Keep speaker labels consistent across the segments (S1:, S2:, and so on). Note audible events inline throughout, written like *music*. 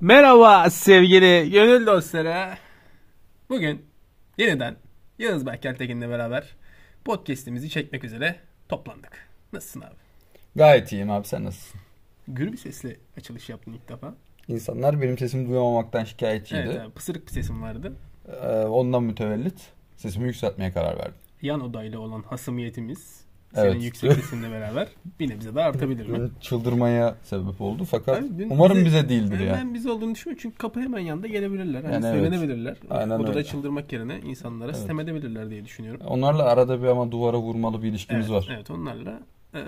S1: Merhaba sevgili gönül dostları. Bugün yeniden Yağız Berkeltekin'le beraber podcast'imizi çekmek üzere toplandık. Nasılsın abi?
S2: Gayet iyiyim abi sen nasılsın?
S1: Gür bir sesle açılış yaptın ilk defa.
S2: İnsanlar benim sesimi duyamamaktan şikayetçiydi.
S1: Evet abi, pısırık bir sesim vardı.
S2: Ee, ondan mütevellit sesimi yükseltmeye karar verdim.
S1: Yan odayla olan hasımiyetimiz senin
S2: Evet.
S1: yüksek sesinle beraber bir nebze daha artabilir
S2: *laughs*
S1: mi?
S2: Benim Çıldırmaya sebep oldu fakat
S1: Abi dün
S2: umarım
S1: bize-
S2: bize değildir
S1: Ben,
S2: ya.
S1: ben biz olduğunu düşünmüyorum çünkü kapı hemen yanında gelebilirler. Hani
S2: Yani evet.
S1: söylenebilirler.
S2: Aynen
S1: Odada
S2: öyle.
S1: çıldırmak yerine insanlara
S2: Evet.
S1: sitem edebilirler diye düşünüyorum.
S2: Onlarla arada bir ama duvara vurmalı bir ilişkimiz
S1: Evet,
S2: var. Evet.
S1: evet onlarla e,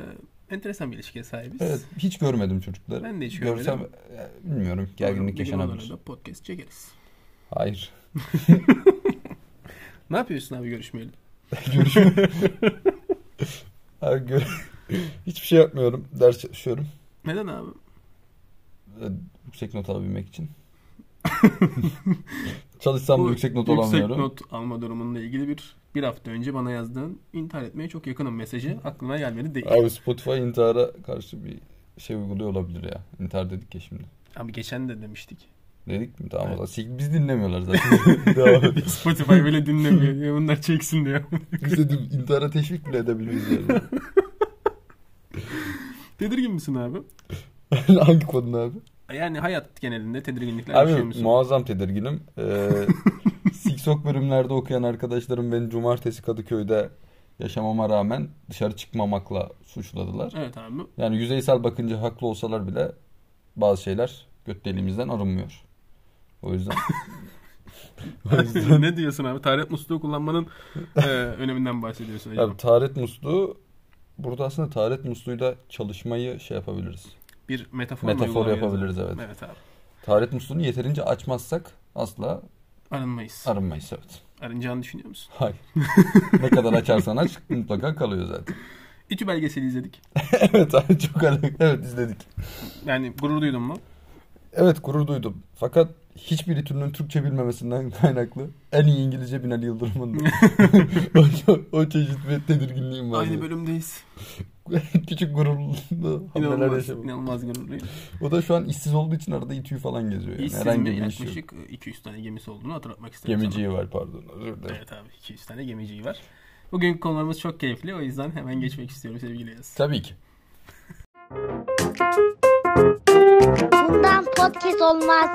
S1: enteresan bir ilişkiye sahibiz.
S2: hiç görmedim çocukları.
S1: Ben de hiç
S2: Görsem
S1: görmedim.
S2: e, bilmiyorum gerginlik
S1: Bir gün onlara
S2: yaşanabilir.
S1: da podcast çekeriz.
S2: Hayır.
S1: Ne yapıyorsun abi görüşmeyeli?
S2: Görüşme. Abi gör- *laughs* Hiçbir şey yapmıyorum. Ders çalışıyorum.
S1: Neden abi?
S2: Ee, Yüksek not
S1: *laughs*
S2: alabilmek için. Çalışsam da yüksek not alamıyorum.
S1: Yüksek not alma durumunla ilgili bir bir hafta önce bana yazdığın intihar etmeye çok yakınım mesajı aklına gelmedi değil. Abi,
S2: Abi Spotify intihara karşı bir şey uyguluyor olabilir ya. İntihar dedik ya şimdi.
S1: geçen de
S2: *laughs*
S1: demiştik.
S2: Dedik mi? Tamam
S1: Evet.
S2: o zaman. Sik- Biz dinlemiyorlar zaten. *laughs* Devam
S1: *laughs*
S2: edelim.
S1: Spotify böyle dinlemiyor. Ya bunlar çeksin diyor.
S2: Biz de din- intihara teşvik bile edebiliriz yani.
S1: *laughs* Tedirgin misin abi?
S2: *laughs* Hangi konuda abi?
S1: Yani hayat genelinde tedirginlikler yaşıyor
S2: Abi
S1: musun?
S2: muazzam tedirginim. *laughs* Ee, Siksok bölümlerde okuyan arkadaşlarım beni cumartesi Kadıköy'de yaşamama rağmen dışarı çıkmamakla suçladılar.
S1: evet
S2: *laughs*
S1: abi.
S2: Yani yüzeysel bakınca haklı olsalar bile bazı şeyler göt deliğimizden arınmıyor. O yüzden. o yüzden
S1: ne diyorsun abi? Tarih musluğu kullanmanın e, öneminden bahsediyorsun acaba.
S2: Abi taharet musluğu burada aslında taharet musluğuyla çalışmayı şey yapabiliriz.
S1: Bir metafor mu
S2: Metafor
S1: uygulamaya
S2: yapabiliriz
S1: yazalım?
S2: evet.
S1: Evet abi.
S2: Taharet musluğunu yeterince açmazsak asla
S1: Arınmayız.
S2: arınmayız evet.
S1: Arınacağını düşünüyor musun? *laughs*
S2: Hayır. ne kadar açarsan aç mutlaka kalıyor zaten.
S1: İTÜ belgeseli izledik.
S2: evet abi çok alakalı. Evet izledik.
S1: Yani gurur duydun mu?
S2: Evet gurur duydum. Fakat hiçbir türünün Türkçe bilmemesinden *laughs* kaynaklı en iyi İngilizce
S1: *laughs*
S2: Binali Yıldırım'ın *laughs* da. o, o çeşit bir tedirginliğim var.
S1: Aynı bölümdeyiz.
S2: *laughs* Küçük gururlu hamleler
S1: İnanılmaz,
S2: yaşamak.
S1: inanılmaz gururluyum.
S2: O da şu an işsiz olduğu için arada İTÜ'yü falan geziyor. Yani.
S1: İşsiz mi?
S2: Herhangi bir iş yok.
S1: Yaklaşık e, 200 tane gemisi olduğunu hatırlatmak isterim sana.
S2: Gemiciyi var pardon özür dilerim.
S1: Evet abi 200 tane gemiciyi var. Bugün konularımız çok keyifli o yüzden hemen geçmek istiyorum sevgili Yaz.
S2: Tabii ki.
S3: Bundan podcast olmaz.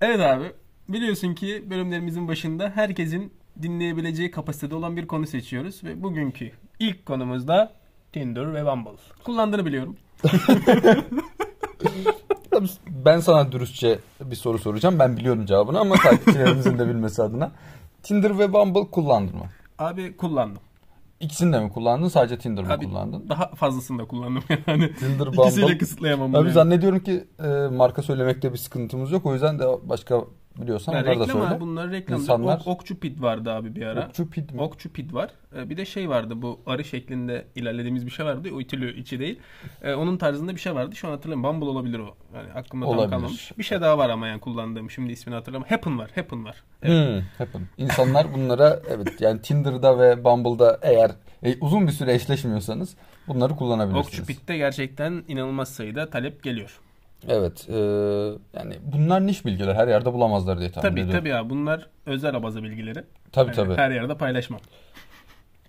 S1: Evet abi biliyorsun ki bölümlerimizin başında herkesin dinleyebileceği kapasitede olan bir konu seçiyoruz ve bugünkü ilk konumuz da Tinder ve Bumble. Kullandığını biliyorum.
S2: Tabii Ben sana dürüstçe bir soru soracağım. Ben biliyorum cevabını ama
S1: *laughs*
S2: takipçilerimizin de bilmesi adına. Tinder ve Bumble kullandın mı?
S1: Abi kullandım.
S2: İkisini de mi kullandın? Sadece Tinder mi
S1: Abi,
S2: kullandın?
S1: Daha fazlasını da kullandım *laughs* yani.
S2: Tinder,
S1: İkisiyle
S2: Bumble.
S1: kısıtlayamam. bunu
S2: Abi
S1: yani.
S2: zannediyorum ki e, marka söylemekte bir sıkıntımız yok. O yüzden de başka biliyorsan
S1: Ya
S2: onları da
S1: reklam
S2: söyle.
S1: abi bunlar reklamda.
S2: İnsanlar-
S1: Ok- okçu pit vardı abi bir ara. Okçu,
S2: Okçu pit mi?
S1: pit var. Ee, Bir de şey vardı bu arı şeklinde ilerlediğimiz bir şey vardı. O itiliyor içi değil. Ee, onun tarzında bir şey vardı. Şu an hatırlamıyorum. Bumble olabilir o. Yani aklımda tam
S2: Olabilir.
S1: kalmamış. Bir şey daha var ama yani kullandığım. Şimdi ismini hatırlamıyorum. Happen var. Happen var. Evet.
S2: Hmm, happen. İnsanlar bunlara evet yani Tinder'da ve Bumble'da eğer e, uzun bir süre eşleşmiyorsanız bunları kullanabilirsiniz.
S1: Okçu pit'te gerçekten inanılmaz sayıda talep geliyor.
S2: Evet. e, yani bunlar niş bilgiler. Her yerde bulamazlar diye tahmin
S1: Tabii
S2: ediyorum.
S1: tabii ya bunlar özel abaza bilgileri.
S2: Tabii
S1: Yani
S2: tabii.
S1: Her yerde paylaşmam.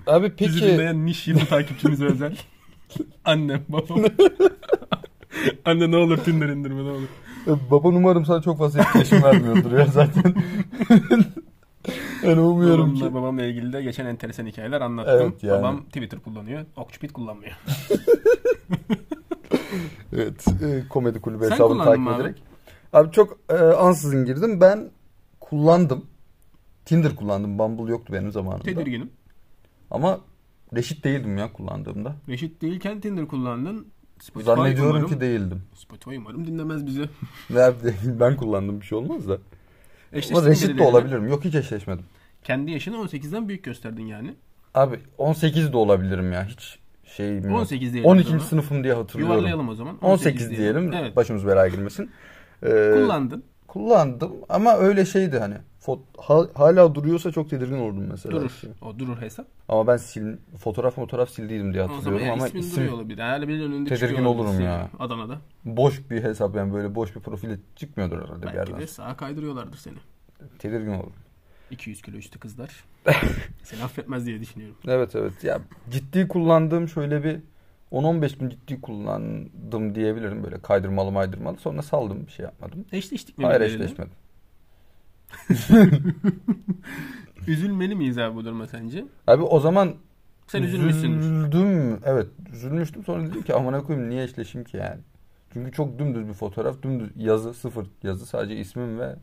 S2: Abi
S1: Bizi
S2: peki
S1: dinleyen niş 20
S2: *laughs*
S1: takipçimize özel. Annem babam. Anne ne olur Tinder indirme ne olur.
S2: baban umarım E, sana çok fazla etkileşim *laughs* vermiyordur
S1: *laughs*
S2: ya zaten. yani umuyorum ki.
S1: Babamla, babamla ilgili de geçen enteresan hikayeler anlattım.
S2: Evet, yani.
S1: Babam Twitter kullanıyor. Okçupit
S2: *laughs*
S1: kullanmıyor.
S2: Evet. e, komedi kulübü
S1: Sen
S2: hesabını
S1: kullandın
S2: takip
S1: mı abi?
S2: ederek. Abi çok e, ansızın girdim. Ben kullandım. Tinder kullandım. Bumble yoktu benim zamanımda.
S1: Tedirginim.
S2: Ama reşit değildim ya kullandığımda.
S1: Reşit değilken Tinder kullandın. Spotify
S2: Zannediyorum
S1: umarım,
S2: ki değildim.
S1: Spotify umarım dinlemez bizi.
S2: Ve *laughs* ben kullandım bir şey olmaz da.
S1: Eşleştin
S2: Ama reşit de
S1: birileriyle.
S2: olabilirim. Yok hiç eşleşmedim.
S1: Kendi yaşını 18'den büyük gösterdin yani.
S2: Abi 18 de olabilirim ya. Hiç şey mi?
S1: 18 diyelim
S2: 12.
S1: o zaman.
S2: sınıfım diye hatırlıyorum.
S1: Yuvarlayalım o zaman.
S2: 18 diyelim.
S1: Evet.
S2: Başımız belaya girmesin. Ee,
S1: Kullandın.
S2: Kullandım ama öyle şeydi hani. Fot ha- hala duruyorsa çok tedirgin oldum mesela.
S1: Durur. O durur hesap.
S2: Ama ben sil fotoğraf fotoğraf sildiydim diye
S1: O zaman
S2: hatırlıyorum
S1: yani
S2: ama
S1: ismin
S2: isim
S1: duruyor olabilir. Herhalde birinin önünde
S2: Tedirgin
S1: çıkıyor olabilir.
S2: olurum ya.
S1: Adana'da.
S2: boş bir hesap yani böyle boş bir profile çıkmıyordur herhalde bir
S1: Belki
S2: yerden.
S1: de sağa kaydırıyorlardır seni.
S2: Tedirgin olurum.
S1: 200 kilo üstü
S2: *laughs*
S1: kızlar. seni affetmez diye düşünüyorum.
S2: Evet evet. Ya ciddi kullandığım şöyle bir 10-15 gün ciddi kullandım diyebilirim böyle kaydırmalı maydırmalı. Sonra saldım bir şey yapmadım.
S1: Eşleştik mi?
S2: Hayır
S1: birbirleriyle?
S2: eşleşmedim.
S1: Üzülmeli miyiz abi bu duruma sence?
S2: Abi o zaman
S1: Sen üzülmüşsündür.
S2: üzüldüm. Evet üzülmüştüm sonra dedim ki amına koyayım niye eşleşeyim ki yani. Çünkü çok dümdüz bir fotoğraf dümdüz yazı sıfır yazı sadece ismim ve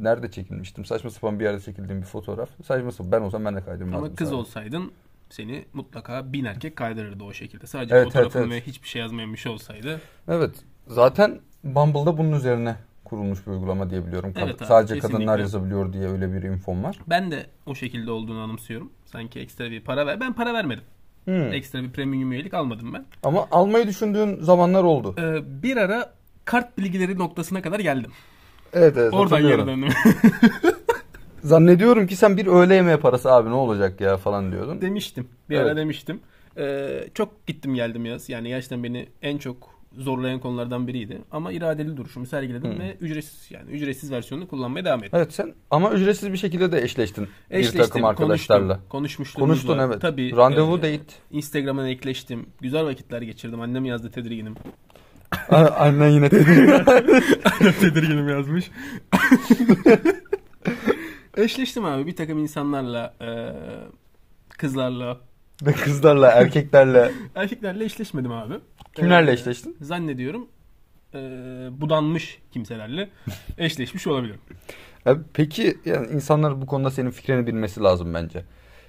S2: nerede çekilmiştim. Saçma sapan bir yerde çekildiğim bir fotoğraf. Saçma sapan ben olsam ben de kaydırmazdım.
S1: Ama kız
S2: sadece.
S1: olsaydın seni mutlaka bin erkek kaydırırdı o şekilde. Sadece
S2: Evet,
S1: fotoğrafın
S2: evet, evet.
S1: ve hiçbir şey yazmayan bir şey olsaydı.
S2: Evet. Zaten Bumble'da bunun üzerine kurulmuş bir uygulama diyebiliyorum. Kad-
S1: Evet abi,
S2: sadece kadınlar
S1: kesinlikle.
S2: yazabiliyor diye öyle bir infom var.
S1: Ben de o şekilde olduğunu anımsıyorum. Sanki ekstra bir para ver. Ben para vermedim.
S2: Hmm.
S1: Ekstra bir premium üyelik almadım ben.
S2: Ama almayı düşündüğün zamanlar oldu.
S1: Ee, bir ara kart bilgileri noktasına kadar geldim.
S2: Evet evet
S1: Oradan geri
S2: hatırlıyorum.
S1: döndüm.
S2: Zannediyorum ki sen bir öğle yemeği parası abi ne olacak ya falan diyordun.
S1: demiştim. Bir
S2: Evet.
S1: ara demiştim. Ee, çok gittim geldim yaz. Yani gerçekten beni en çok zorlayan konulardan biriydi. Ama iradeli duruşumu sergiledim ve ücretsiz yani ücretsiz versiyonunu kullanmaya devam ettim.
S2: Evet sen ama ücretsiz bir şekilde de eşleştin bir takım
S1: konuştum,
S2: arkadaşlarla.
S1: Konuşmuşluğumuz
S2: Konuştun
S1: var.
S2: evet.
S1: Tabii.
S2: Randevu
S1: e,
S2: date.
S1: Instagram'dan ekleştim. Güzel vakitler geçirdim. Annem yazdı tedirginim.
S2: Annen yine dedi.
S1: *laughs* tedirginim yazmış. Eşleştim abi bir takım insanlarla, e, kızlarla,
S2: Kızlarla, erkeklerle.
S1: erkeklerle eşleşmedim abi.
S2: Kimlerle
S1: Ee,
S2: eşleştin?
S1: Zannediyorum e, budanmış
S2: *laughs*
S1: kimselerle eşleşmiş olabilirim.
S2: Abi peki yani insanlar bu konuda senin fikrini bilmesi lazım bence.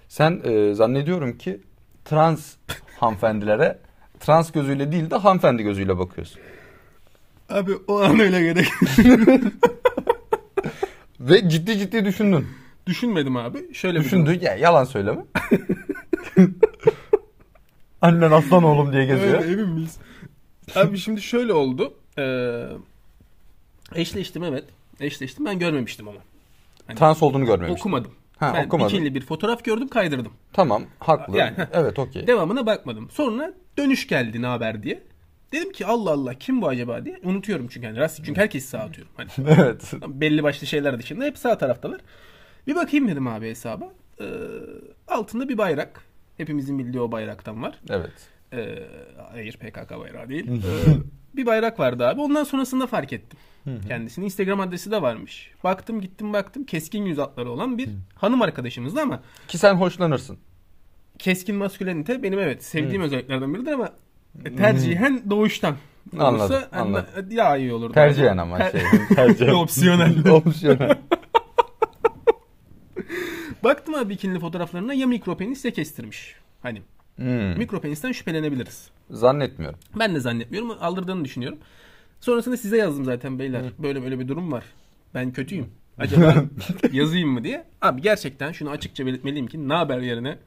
S2: Sen e, zannediyorum ki trans hanımefendilere trans gözüyle değil de hanımefendi gözüyle bakıyorsun.
S1: Abi o an öyle gerek.
S2: Ve ciddi ciddi düşündün.
S1: *laughs* Düşünmedim abi. Şöyle bir durum.
S2: Düşündün ya yalan söyleme. *laughs* Annen aslan oğlum diye geziyor.
S1: Öyle, emin miyiz? Abi şimdi şöyle oldu. Ee, eşleştim evet. Eşleştim ben görmemiştim ama.
S2: Trans olduğunu görmemiş.
S1: Okumadım.
S2: Ha,
S1: ben
S2: okumadın.
S1: bikinli bir fotoğraf gördüm kaydırdım.
S2: Tamam haklı.
S1: Yani, heh.
S2: evet okey.
S1: Devamına bakmadım. Sonra dönüş geldi ne haber diye. Dedim ki Allah Allah kim bu acaba diye. Unutuyorum çünkü hani rast çünkü herkes sağa atıyorum. Hani *laughs*
S2: Evet.
S1: belli başlı şeyler dışında hep sağ taraftalar. Bir bakayım dedim abi hesaba. Ee, altında bir bayrak. Hepimizin bildiği o bayraktan var.
S2: Evet.
S1: Ee, hayır PKK bayrağı değil. Ee, bir bayrak vardı abi. Ondan sonrasında fark ettim. Kendisinin Instagram adresi de varmış. Baktım gittim baktım keskin yüz hatları olan bir hanım arkadaşımızdı ama
S2: Ki sen hoşlanırsın.
S1: keskin maskülenite benim evet sevdiğim özelliklerden biridir ama tercihen doğuştan. olursa
S2: Anladım,
S1: hani
S2: anladım.
S1: Daha iyi olurdu.
S2: Tercihen ama
S1: Ter-
S2: şey. *laughs* Tercihen.
S1: Opsiyonel.
S2: *laughs* Opsiyonel.
S1: Baktım abi bikinli fotoğraflarına ya mikropenis ya kestirmiş. Hani
S2: Hmm,
S1: mikropenisten şüphelenebiliriz.
S2: Zannetmiyorum.
S1: Ben de zannetmiyorum. Aldırdığını düşünüyorum. Sonrasında size yazdım zaten beyler. Böyle böyle bir durum var. Ben
S2: *laughs*
S1: kötüyüm. Acaba yazayım mı diye. Abi gerçekten şunu açıkça belirtmeliyim ki ne haber yerine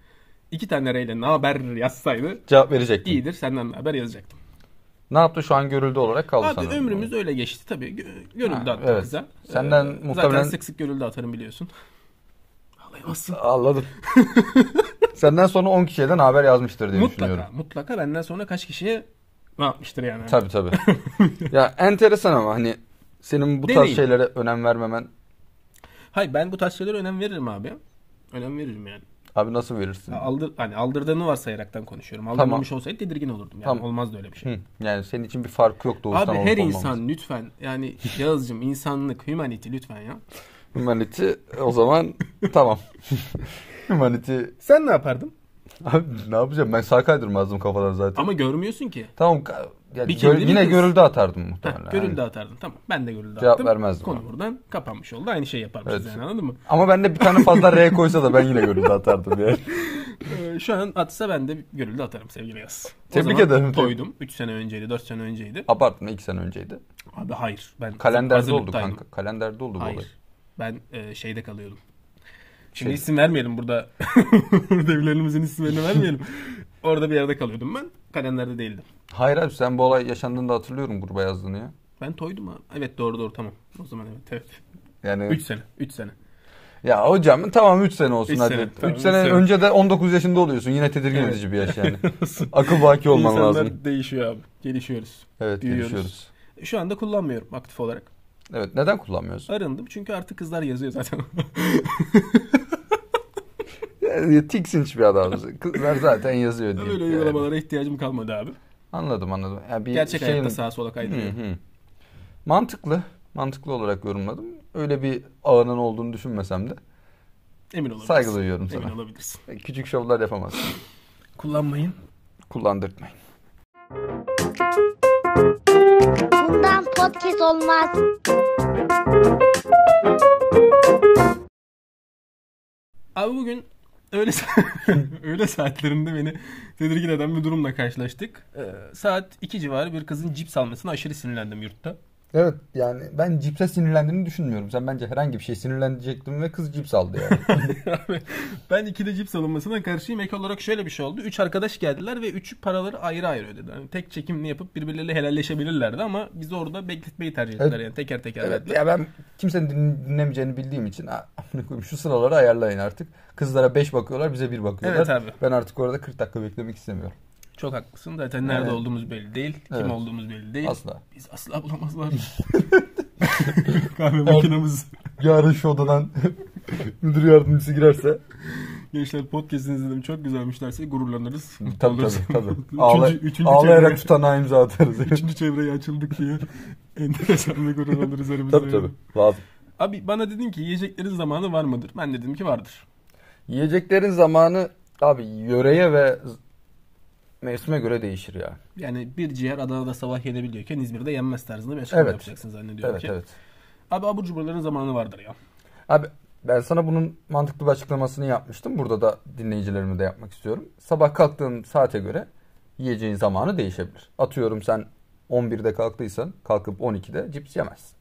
S1: iki tane reyle ne haber yazsaydı
S2: Cevap verecektim.
S1: iyidir senden ne haber yazacaktım.
S2: Ne yaptı şu an görüldü olarak kaldı
S1: Abi
S2: sanırım.
S1: ömrümüz öyle geçti tabii. Gö-
S2: Ha,
S1: Görüldü attı
S2: evet.
S1: kıza.
S2: Senden
S1: Ee,
S2: muhtemelen-
S1: Zaten sık sık görüldü atarım biliyorsun. Ağlayamazsın.
S2: *laughs* Anladım. Senden sonra 10 kişiden haber yazmıştır diye
S1: Mutlaka
S2: düşünüyorum.
S1: mutlaka benden sonra kaç kişiye ne yapmıştır yani.
S2: Tabii *laughs* tabii. ya enteresan ama hani senin bu tarz
S1: Deneyim.
S2: şeylere önem vermemen
S1: Hayır ben bu tarz şeylere önem veririm abi. Önem veririm yani.
S2: abi nasıl verirsin?
S1: Ya Aldır, hani aldırdığını varsayaraktan konuşuyorum. Aldırmamış olsaydı tedirgin olurdum. Yani
S2: Tamam.
S1: olmazdı öyle bir şey.
S2: Hı, yani senin için bir farkı yok doğuştan
S1: Abi
S2: olup
S1: her
S2: olmaması.
S1: insan lütfen yani Yağız'cığım insanlık, humanity lütfen ya.
S2: Humanity
S1: *laughs*
S2: o zaman tamam. Humanity
S1: Sen ne yapardın?
S2: abi ne yapacağım ben sağ kaydırmazdım kafadan zaten.
S1: Ama görmüyorsun ki.
S2: Tamam ka- yani
S1: Bir
S2: gör-
S1: kendini
S2: yine
S1: kız.
S2: görüldü atardım
S1: Heh,
S2: muhtemelen.
S1: görüldü
S2: Yani.
S1: atardın. Tamam ben de görüldü
S2: Cevap
S1: attım.
S2: vermezdim
S1: Konu
S2: abi.
S1: buradan kapanmış oldu. Aynı şey yaparmışız
S2: Evet.
S1: yani anladın mı?
S2: Ama ben de bir tane fazla
S1: *laughs*
S2: R koysa da ben yine görüldü atardım yani.
S1: Ee, şu an atsa ben de görüldü atarım sevgili Yağız. O
S2: Tebrik
S1: zaman
S2: ederim.
S1: Toydum. 3 sene önceydi, 4 sene önceydi.
S2: Abartma 2 sene önceydi.
S1: Abi hayır. Ben
S2: Kalenderde oldu
S1: hazırlıktaydım.
S2: kanka. Kalenderde oldu bu olay.
S1: Hayır. Ben e, şeyde kalıyordum. Şimdi
S2: Şey-
S1: isim vermeyelim burada. *laughs* Devlerimizin isimlerini
S2: *laughs*
S1: vermeyelim. Orada bir yerde kalıyordum ben. Kalenderde değildim.
S2: Hayır abi sen bu olay yaşandığında hatırlıyorum gruba yazdığını ya.
S1: Ben toydum ha. Evet doğru doğru tamam. O zaman evet evet.
S2: Yani
S1: 3 sene. 3 sene.
S2: ya hocam tamam 3 sene olsun
S1: Üç
S2: hadi.
S1: sene,
S2: 3
S1: tamam, üç
S2: sene
S1: sene.
S2: önce de 19 yaşında oluyorsun. Yine tedirgin
S1: Evet.
S2: edici bir
S1: *laughs*
S2: yaş yani. Akıl baki olman
S1: İnsanlar
S2: lazım.
S1: değişiyor abi. Gelişiyoruz.
S2: Evet,
S1: büyüyoruz.
S2: gelişiyoruz.
S1: Şu anda kullanmıyorum aktif olarak.
S2: Evet, neden *laughs* kullanmıyorsun?
S1: Arındım çünkü artık kızlar yazıyor
S2: *laughs*
S1: zaten.
S2: Yani tiksinç bir adamız. Kızlar zaten yazıyor diye.
S1: Öyle
S2: Yani.
S1: uygulamalara ihtiyacım kalmadı abi.
S2: Anladım anladım. Yani bir
S1: Gerçek
S2: şeyin-
S1: hayatta sağa sola kaydırıyor.
S2: Şey Hı hı. Mantıklı. Mantıklı olarak yorumladım. Öyle bir ağının olduğunu düşünmesem de
S1: Emin olabilirsin.
S2: saygı duyuyorum
S1: Emin
S2: sana. E,
S1: olabilirsin.
S2: Küçük şovlar yapamazsın. *laughs*
S1: Kullanmayın.
S2: Kullandırtmayın.
S3: Bundan podcast olmaz.
S1: Abi bugün öğle, *laughs* öğle saatlerinde beni tedirgin eden bir durumla karşılaştık. Ee, saat 2 civarı bir kızın cips almasına aşırı sinirlendim yurtta. *laughs*
S2: Evet yani ben cipse sinirlendiğini düşünmüyorum. Sen bence herhangi bir şey sinirlenecektin ve kız cips aldı yani.
S1: Abi, ben ikide cips alınmasına karşıyım. Ek olarak şöyle bir şey oldu. Üç arkadaş geldiler ve üçü paraları ayrı ayrı ödediler. Yani tek çekimli yapıp birbirleriyle helalleşebilirlerdi ama biz orada bekletmeyi tercih ettiler.
S2: Evet.
S1: Yani teker teker
S2: evet
S1: verdiler.
S2: ya ben kimsenin din- dinlemeyeceğini bildiğim için "Aa, *laughs* amına koyayım, şu sıraları ayarlayın artık. Kızlara 5 bakıyorlar bize 1 bakıyorlar.
S1: Evet abi.
S2: Ben artık orada 40 dakika beklemek istemiyorum.
S1: Çok haklısın. Zaten nerede
S2: Evet.
S1: olduğumuz belli değil.
S2: Evet.
S1: Kim olduğumuz belli değil.
S2: Asla.
S1: Biz asla
S2: *laughs*
S1: bulamazlar. *laughs* Kahve makinamız.
S2: Yarın şu odadan *laughs* müdür yardımcısı girerse.
S1: Gençler podcast'ini izledim. Çok güzelmiş derse gururlanırız.
S2: Tabii
S1: Mutlu
S2: tabii.
S1: oluruz.
S2: tabii. *laughs*
S1: Üçüncü-
S2: Ağla-
S1: üçüncü
S2: ağlayarak
S1: çevreye-
S2: tutanağa imza atarız.
S1: Üçüncü çevreye açıldık
S2: *laughs*
S1: diye. Enteresan ve gururlanırız aramızda.
S2: tabii tabii. Lazım.
S1: Abi bana dedin ki yiyeceklerin zamanı var mıdır? Ben dedim ki vardır.
S2: Yiyeceklerin zamanı abi yöreye ve mevsime göre değişir ya.
S1: Yani bir ciğer Adana'da sabah yenebiliyorken İzmir'de yenmez tarzında bir açıklama
S2: Evet.
S1: yapacaksın zannediyorum
S2: evet
S1: ki.
S2: evet.
S1: Abi abur cuburların zamanı vardır ya.
S2: Abi ben sana bunun mantıklı bir açıklamasını yapmıştım. Burada da dinleyicilerime de yapmak istiyorum. Sabah kalktığın saate göre yiyeceğin zamanı değişebilir. Atıyorum sen 11'de kalktıysan kalkıp 12'de cips yemezsin.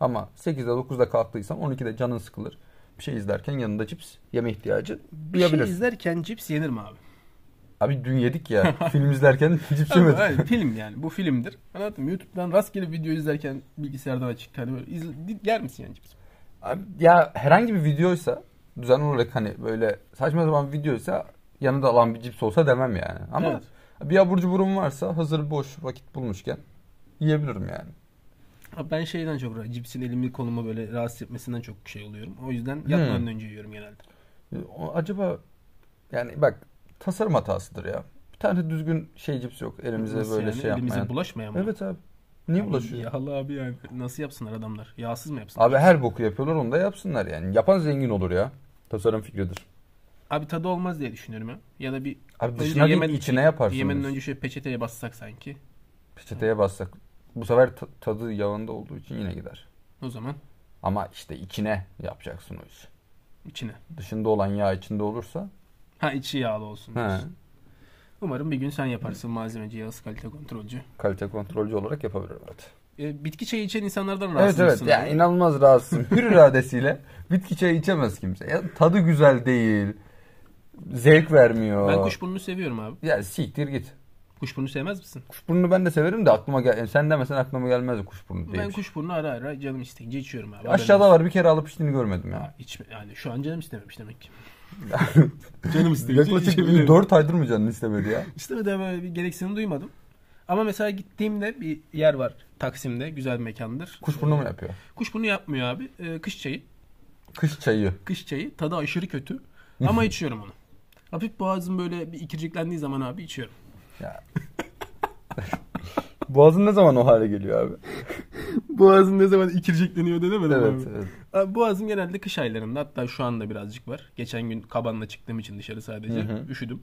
S2: Ama 8'de 9'da kalktıysan 12'de canın sıkılır. Bir şey izlerken yanında cips yeme ihtiyacı
S1: Bir şey
S2: duyabilirsin.
S1: izlerken cips yenir mi abi?
S2: Abi dün yedik ya film izlerken *laughs* cips
S1: Abi,
S2: yemedik.
S1: hayır, film yani bu filmdir. Anlattım YouTube'dan rastgele video izlerken bilgisayardan açık. Hani böyle izle, di- yer misin yani cips?
S2: Abi Ya herhangi bir videoysa düzenli olarak hani böyle saçma zaman bir videoysa yanında alan bir cips olsa demem yani. Ama
S1: Evet.
S2: bir abur cuburum varsa hazır boş vakit bulmuşken yiyebilirim yani.
S1: Abi ben şeyden çok rahat- cipsin elimi kolumu böyle rahatsız etmesinden çok şey oluyorum. O yüzden yatmadan önce yiyorum genelde.
S2: E, o- Acaba yani bak tasarım hatasıdır ya. Bir tane düzgün şey cips yok elimize
S1: Nasıl
S2: böyle
S1: yani?
S2: şey
S1: Elimize
S2: yapmayan.
S1: bulaşmayan mı?
S2: Evet abi. Niye
S1: Abi
S2: bulaşıyor?
S1: Yağlı abi yani. Nasıl yapsınlar adamlar? Yağsız mı yapsınlar?
S2: Abi her boku yapıyorlar onu da yapsınlar yani. Yapan zengin olur ya. Tasarım fikridir.
S1: Abi tadı olmaz diye düşünüyorum ya. Ya da bir
S2: Abi
S1: Önce
S2: dışına değil,
S1: yemen-
S2: içine yaparsın.
S1: Yemenin
S2: biz.
S1: önce şöyle peçeteye bassak sanki.
S2: Peçeteye bassak. Bu sefer ta- tadı yağında olduğu için yine gider.
S1: O zaman
S2: Ama işte içine yapacaksın o işi.
S1: içine.
S2: Dışında olan yağ içinde olursa.
S1: Ha içi yağlı olsun.
S2: He,
S1: diyorsun. Umarım bir gün sen yaparsın malzemeci, yağız kalite kontrolcü.
S2: kalite kontrolcü olarak yapabilirim evet.
S1: Ee, bitki çayı içen insanlardan
S2: Evet
S1: rahatsız
S2: evet
S1: mısın
S2: yani
S1: abi? *laughs*
S2: inanılmaz rahatsızım. Hür iradesiyle bitki çayı içemez kimse. Ya, tadı güzel değil. Zevk vermiyor.
S1: Ben kuşburnunu seviyorum abi.
S2: Ya siktir git.
S1: Kuşburnu sevmez misin?
S2: Kuşburnunu ben de severim de aklıma gel yani sen demesen aklıma gelmezdi kuşburnu diye.
S1: ben
S2: bir şey.
S1: kuşburnu ara ara canım isteyince içiyorum abi.
S2: Aşağıda
S1: Haberin
S2: var bir kere alıp içtiğini görmedim
S1: olsun.
S2: ya.
S1: Ha, içme, yani şu an canım istememiş demek ki. *laughs* canım isteyince
S2: Yaklaşık
S1: içebilirim.
S2: 4 aydır mı canın istemedi ya?
S1: İstemedi ama böyle bir gereksinim duymadım. Ama mesela gittiğimde bir yer var Taksim'de. Güzel bir mekandır.
S2: Kuşburnu mu yapıyor?
S1: Kuşburnu yapmıyor abi. Ee, kış çayı.
S2: Kış çayı.
S1: kış çayı. Tadı aşırı kötü. Ama içiyorum onu. Hafif boğazım böyle bir ikirciklendiği zaman abi içiyorum.
S2: Ya. *laughs* Boğazın ne zaman o hale geliyor abi?
S1: Boğazım ne zaman ikircikleniyor denemedim
S2: Evet, evet.
S1: abi. Boğazım genelde kış aylarında hatta şu anda birazcık var. Geçen gün kabanla çıktığım için dışarı sadece
S2: Hı hı.
S1: üşüdüm.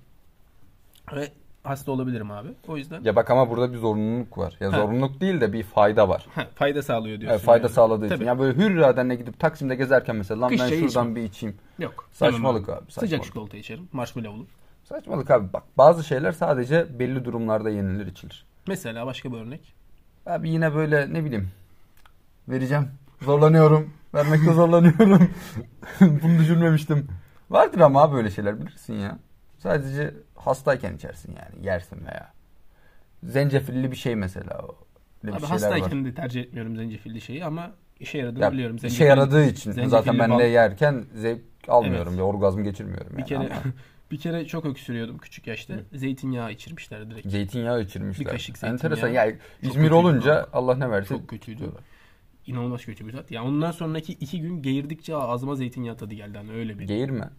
S1: Ve hasta olabilirim abi. O yüzden
S2: Ya bak ama burada bir zorunluluk var. Ya
S1: Ha.
S2: zorunluluk değil de bir fayda var.
S1: ha, fayda sağlıyor diyorsun.
S2: Evet, fayda
S1: yani.
S2: sağladığı için.
S1: Tabii.
S2: Ya böyle hür iradenle gidip Taksim'de gezerken mesela lan
S1: Kış
S2: ben
S1: çayı
S2: şuradan
S1: içme.
S2: bir içeyim.
S1: Yok.
S2: Saçmalık
S1: demem
S2: abi,
S1: Sıcak
S2: saçmalık.
S1: çikolata içerim. Marshmallow'lu.
S2: Saçmalık abi bak bazı şeyler sadece belli durumlarda yenilir içilir.
S1: Mesela başka bir örnek.
S2: Abi yine böyle ne bileyim vereceğim. Zorlanıyorum. Vermekte *laughs* zorlanıyorum. Bunu düşünmemiştim. Vardır ama abi böyle şeyler bilirsin ya. Sadece hastayken içersin yani. Yersin veya. Zencefilli bir şey mesela o. bir
S1: Abi
S2: şeyler var.
S1: hastayken de tercih etmiyorum zencefilli şeyi ama işe yaradığını
S2: Ya,
S1: biliyorum.
S2: işe
S1: Zencefil-
S2: yaradığı için
S1: zencefilli
S2: zaten ben
S1: bal-
S2: de yerken zevk almıyorum.
S1: Evet.
S2: Bir orgazm geçirmiyorum
S1: Bir
S2: yani.
S1: kere
S2: ama
S1: *laughs* bir kere çok öksürüyordum küçük yaşta. Zeytinyağı içirmişler direkt.
S2: zeytinyağı içirmişler.
S1: Bir kaşık
S2: Enteresan.
S1: zeytinyağı.
S2: Yani İzmir
S1: kötüydü
S2: olunca
S1: ama.
S2: Allah ne verse
S1: Çok kötüydü. İnanılmaz kötü bir tat. Ya ondan sonraki iki gün geğirdikçe ağzıma zeytinyağı tadı geldi. Hani öyle bir.
S2: Geğirme.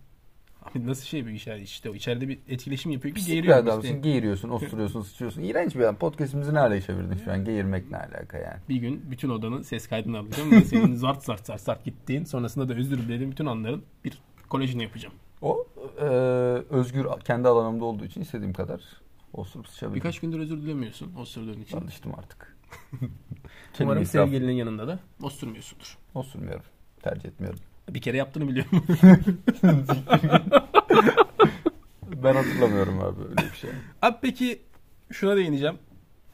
S1: Abi nasıl şey bir iş yani işte o içeride bir etkileşim yapıyor ki
S2: Pislik bir şey
S1: geğiriyorum
S2: adamsın.
S1: işte.
S2: Geğiriyorsun, osuruyorsun, sıçıyorsun. İğrenç bir adam. Podcast'imizi ne hale çevirdin şu an? Geğirmek ne alaka yani?
S1: Bir gün bütün odanın ses kaydını alacağım ve
S2: *laughs*
S1: senin zart zart zart zart gittiğin sonrasında da özür dilediğin bütün anların bir kolajını yapacağım.
S2: O e, özgür kendi alanımda olduğu için istediğim kadar osurup sıçabilirim.
S1: Birkaç gündür özür dilemiyorsun osurduğun için.
S2: Alıştım
S1: *laughs*
S2: artık.
S1: Umarım
S2: Kendimi sevgili.
S1: sevgilinin yanında da osturmuyorsundur.
S2: Osurmuyorum. Tercih etmiyorum.
S1: Bir kere yaptığını *laughs* biliyorum.
S2: Ben hatırlamıyorum abi öyle
S1: *laughs*
S2: bir şey.
S1: Abi peki şuna değineceğim.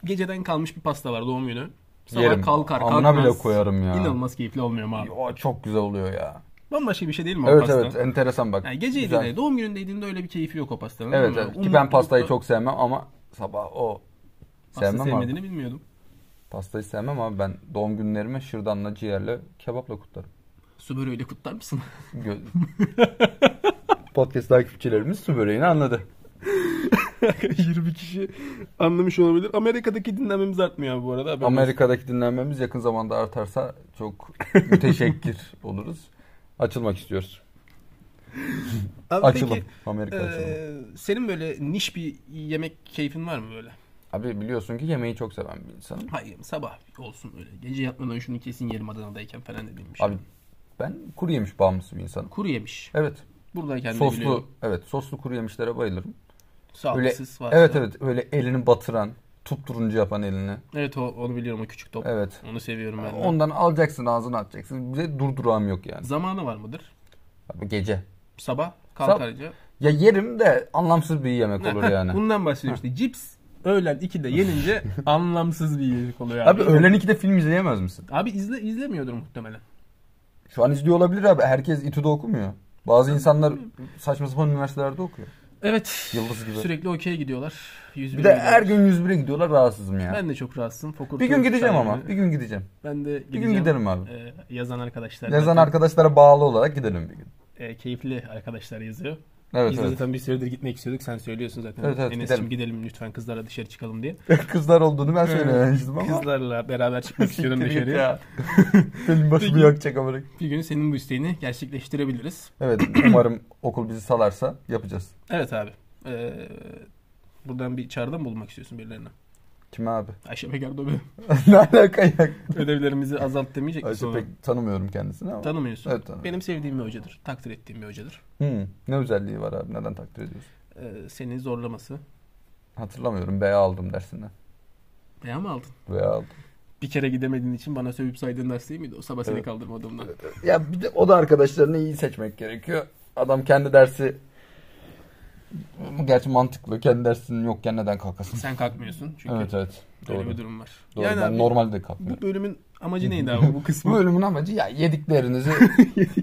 S1: Geceden kalmış bir pasta var doğum günü. Sabah
S2: Yerim.
S1: kalkar kalkmaz.
S2: Amına bile koyarım ya.
S1: İnanılmaz keyifli olmuyor mu abi?
S2: Yo, çok güzel oluyor ya.
S1: Bambaşka bir şey değil mi o
S2: Evet
S1: pasta?
S2: evet enteresan bak.
S1: Yani gece
S2: Güzel.
S1: yediğinde, doğum gününde yediğinde öyle bir keyfi yok o pastanın.
S2: Evet
S1: değil mi?
S2: evet ki ben
S1: Umutlulukla-
S2: pastayı çok sevmem ama sabah o
S1: pasta
S2: sevmem abi.
S1: sevmediğini bilmiyordum.
S2: Pastayı sevmem ama ben doğum günlerimi şırdanla, ciğerle, kebapla kutlarım.
S1: Su böreğiyle kutlar mısın?
S2: Gö- *laughs* Podcast takipçilerimiz su böreğini anladı.
S1: *laughs* 20 kişi anlamış olabilir. Amerika'daki dinlememiz artmıyor abi bu arada. Haberiniz-
S2: Amerika'daki dinlenmemiz yakın zamanda artarsa çok
S1: *laughs*
S2: müteşekkir oluruz. Açılmak istiyoruz.
S1: Abi
S2: Açılım.
S1: peki, e,
S2: Amerika açılımı.
S1: eee, senin böyle niş bir yemek keyfin var mı böyle?
S2: Abi biliyorsun ki yemeği çok seven bir insanım.
S1: Hayır sabah olsun öyle. Gece yatmadan şunu kesin yerim Adana'dayken falan dediğim bir şey.
S2: Abi ben kuru yemiş bağımlısı bir insanım.
S1: Kuru yemiş.
S2: Evet.
S1: Buradayken de
S2: Soslu
S1: biliyorum.
S2: evet soslu kuru yemişlere bayılırım. Öyle
S1: Sağlıksız var.
S2: Evet evet öyle elini batıran, tutturuncu yapan elini.
S1: Evet o, onu biliyorum o küçük top.
S2: Evet.
S1: Onu seviyorum ben. de.
S2: Ondan alacaksın ağzına atacaksın. Bize durdurağım yok yani.
S1: Zamanı var mıdır?
S2: Abi gece.
S1: Sabah kalkarca.
S2: Ya yerim de anlamsız bir yemek
S1: *laughs*
S2: olur yani.
S1: Bundan bahsediyorum işte. Cips öğlen 2'de
S2: *laughs*
S1: yenince anlamsız bir yemek oluyor abi.
S2: Abi öğlen 2'de film izleyemez misin?
S1: Abi izle, izlemiyordur muhtemelen.
S2: Şu an izliyor olabilir abi. Herkes İTÜ'de okumuyor. Bazı insanlar saçma sapan üniversitelerde okuyor.
S1: Evet.
S2: Yıldız gibi.
S1: Sürekli okey gidiyorlar. 101
S2: Bir de her gün 101'e gidiyorlar rahatsızım ya.
S1: Ben de çok rahatsızım. Fokur
S2: Bir gün
S1: fokur
S2: gideceğim
S1: sarmıyor.
S2: ama. Bir gün gideceğim.
S1: Ben de
S2: Bir
S1: gideceğim.
S2: gün giderim abi.
S1: Ee, yazan arkadaşlar.
S2: Yazan
S1: zaten,
S2: arkadaşlara bağlı olarak gidelim bir gün.
S1: e, keyifli arkadaşlar yazıyor.
S2: Evet
S1: Biz de
S2: evet.
S1: zaten bir süredir gitmek istiyorduk. Sen söylüyorsun zaten.
S2: Evet, evet,
S1: Enes'cim gidelim.
S2: gidelim.
S1: lütfen kızlarla dışarı çıkalım diye.
S2: *laughs* Kızlar olduğunu ben söylememiştim ama. *laughs*
S1: Kızlarla beraber çıkmak istiyorum
S2: Siktir git
S1: dışarıya.
S2: ya. *laughs* Benim başımı yakacak ama.
S1: Bir gün senin bu isteğini gerçekleştirebiliriz.
S2: Evet umarım okul bizi salarsa yapacağız.
S1: Evet abi. Ee, buradan bir çağrıda mı bulmak istiyorsun birilerine?
S2: Kim abi?
S1: Ayşe Pekerdoğlu
S2: *laughs* ne alaka ya?
S1: *laughs* ödevlerimizi azalt demeyecek misin
S2: Ayşe
S1: ona?
S2: pek tanımıyorum kendisini ama.
S1: Tanımıyorsun.
S2: Evet, tanımıyorum.
S1: Benim sevdiğim bir hocadır. Takdir ettiğim bir hocadır.
S2: Hı, ne özelliği var abi? Neden takdir ediyorsun?
S1: Ee, seni zorlaması.
S2: Hatırlamıyorum. B aldım dersinden.
S1: Veya mı aldın?
S2: B aldım.
S1: E Bir kere gidemediğin için bana sövüp saydığın ders değil miydi? O sabah seni
S2: Evet.
S1: kaldırmadığımdan.
S2: Ya bir de o da arkadaşlarını iyi seçmek gerekiyor. Adam kendi dersi Gerçi mantıklı. Kendi dersinin yokken neden kalkasın?
S1: Sen kalkmıyorsun çünkü
S2: Evet evet.
S1: öyle
S2: Doğru.
S1: bir durum var.
S2: Doğru.
S1: Yani
S2: ben
S1: abi,
S2: normalde de
S1: bu
S2: kalkmıyorum.
S1: bölümün amacı
S2: *laughs*
S1: neydi abi bu
S2: Bu
S1: kısmı?
S2: bölümün amacı
S1: *laughs*
S2: ya yediklerinizi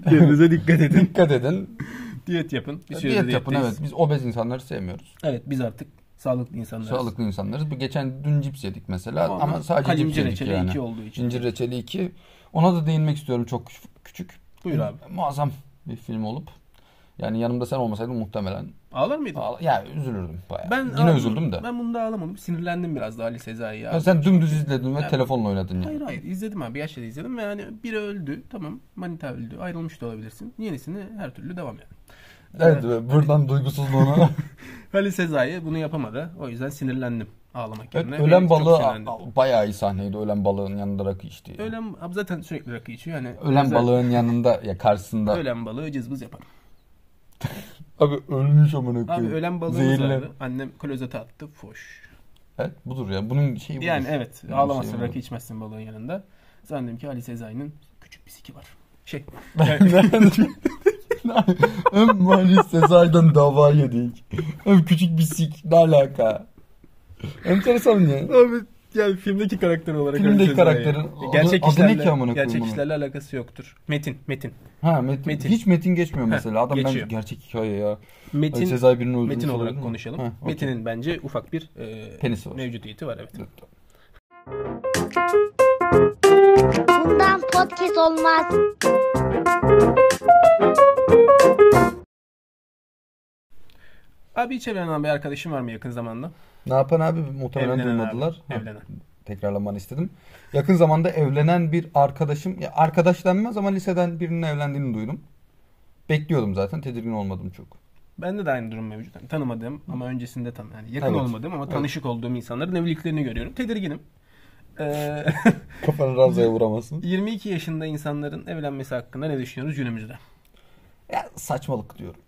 S1: Kendinize dikkat edin. *laughs*
S2: dikkat edin.
S1: Diyet yapın. Bir şey süredir
S2: Diyet yapın
S1: diyetteyiz.
S2: evet. Biz obez insanları sevmiyoruz.
S1: Evet biz artık sağlıklı insanlarız.
S2: Sağlıklı insanlarız. Bu geçen dün cips yedik mesela ama, sadece
S1: kalimci
S2: cips yedik
S1: reçeli
S2: yani.
S1: iki olduğu için.
S2: İncir reçeli 2. Ona da değinmek istiyorum çok küç- küçük.
S1: Buyur abi.
S2: Muazzam bir film olup. Yani yanımda sen olmasaydın muhtemelen
S1: Ağlar mıydın?
S2: ağla- yani üzülürdüm bayağı.
S1: Ben
S2: Yine
S1: ağladım.
S2: üzüldüm de.
S1: Ben bunda ağlamadım. Sinirlendim biraz daha Ali Sezai'ye.
S2: Ya
S1: abi.
S2: sen dümdüz izledin ve
S1: Ben-
S2: telefonla oynadın yani.
S1: Hayır hayır izledim abi. Gerçekten izledim. Yani biri öldü. Tamam. Manita öldü. Ayrılmış da olabilirsin. Yenisini her türlü devam yani.
S2: Evet, ve buradan duygusuzluğuna.
S1: Ali Sezai bunu yapamadı. O yüzden sinirlendim ağlamak
S2: Evet,
S1: yerine.
S2: ölen
S1: Benim çok
S2: balığı
S1: sinirlendim.
S2: bayağı iyi sahneydi. Ölen balığın yanında rakı içti.
S1: Ölen abi zaten sürekli rakı içiyor. Yani
S2: Ölen
S1: Özel-
S2: balığın yanında ya karşısında.
S1: Ölen balığı cızbız yapar.
S2: Abi ölmüş amına
S1: Abi
S2: koyayım.
S1: ölen balığımız
S2: Zehirlen-
S1: vardı. Annem klozete attı. Foş.
S2: Evet budur ya. Bunun şeyi budur.
S1: Yani evet
S2: Yani
S1: ağlamazsın
S2: şey budur.
S1: rakı içmezsin balığın yanında. Zannediyorum ki Ali Sezai'nin küçük bir siki var. Şey
S2: Hem Mahir Sezai'den dava yedik. Hem *laughs* küçük bir sik. Ne alaka? Enteresan ya.
S1: Abi yani filmdeki karakter olarak
S2: Filmdeki
S1: öyle söylüyor
S2: karakterin
S1: yani.
S2: adı-
S1: gerçek
S2: adı
S1: işlerle
S2: ne ki amına koyayım
S1: gerçek
S2: bunun?
S1: işlerle alakası yoktur. Metin, Metin.
S2: Ha Metin.
S1: Metin.
S2: Hiç Metin geçmiyor mesela. Adam bence
S1: geçiyor.
S2: gerçek hikaye ya. Ali
S1: Metin
S2: Sezai birini öldürmüş
S1: Metin olarak
S2: olabilir mi?
S1: konuşalım.
S2: Ha, okey.
S1: Metinin bence ufak bir e,
S2: Penisi var.
S1: mevcudiyeti var evet.
S3: Bundan podcast olmaz.
S1: Abi hiç evlenen bir arkadaşım var mı yakın zamanda?
S2: Ne yapan abi muhtemelen
S1: Evlenen abi.
S2: duymadılar. Ha,
S1: Evlenen.
S2: tekrarlamanı istedim. Yakın zamanda evlenen bir arkadaşım, ya arkadaş denmez ama liseden birinin evlendiğini duydum. Bekliyordum zaten, tedirgin olmadım çok.
S1: Bende de aynı durum mevcut. Yani tanımadığım ama öncesinde tam yani yakın
S2: Evet.
S1: olmadığım ama tanışık olduğum insanların evliliklerini görüyorum. Tedirginim. Ee, *laughs*
S2: Kafanı ranzaya vuramazsın.
S1: 22 yaşında insanların evlenmesi hakkında ne düşünüyoruz günümüzde?
S2: Ya saçmalık diyorum.